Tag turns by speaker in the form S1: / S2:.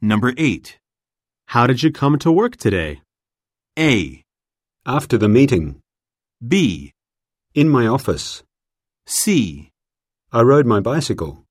S1: Number 8.
S2: How did you come to work today?
S1: A,
S3: After the meeting.
S1: B,
S3: In my office.
S1: C.
S3: I rode my bicycle.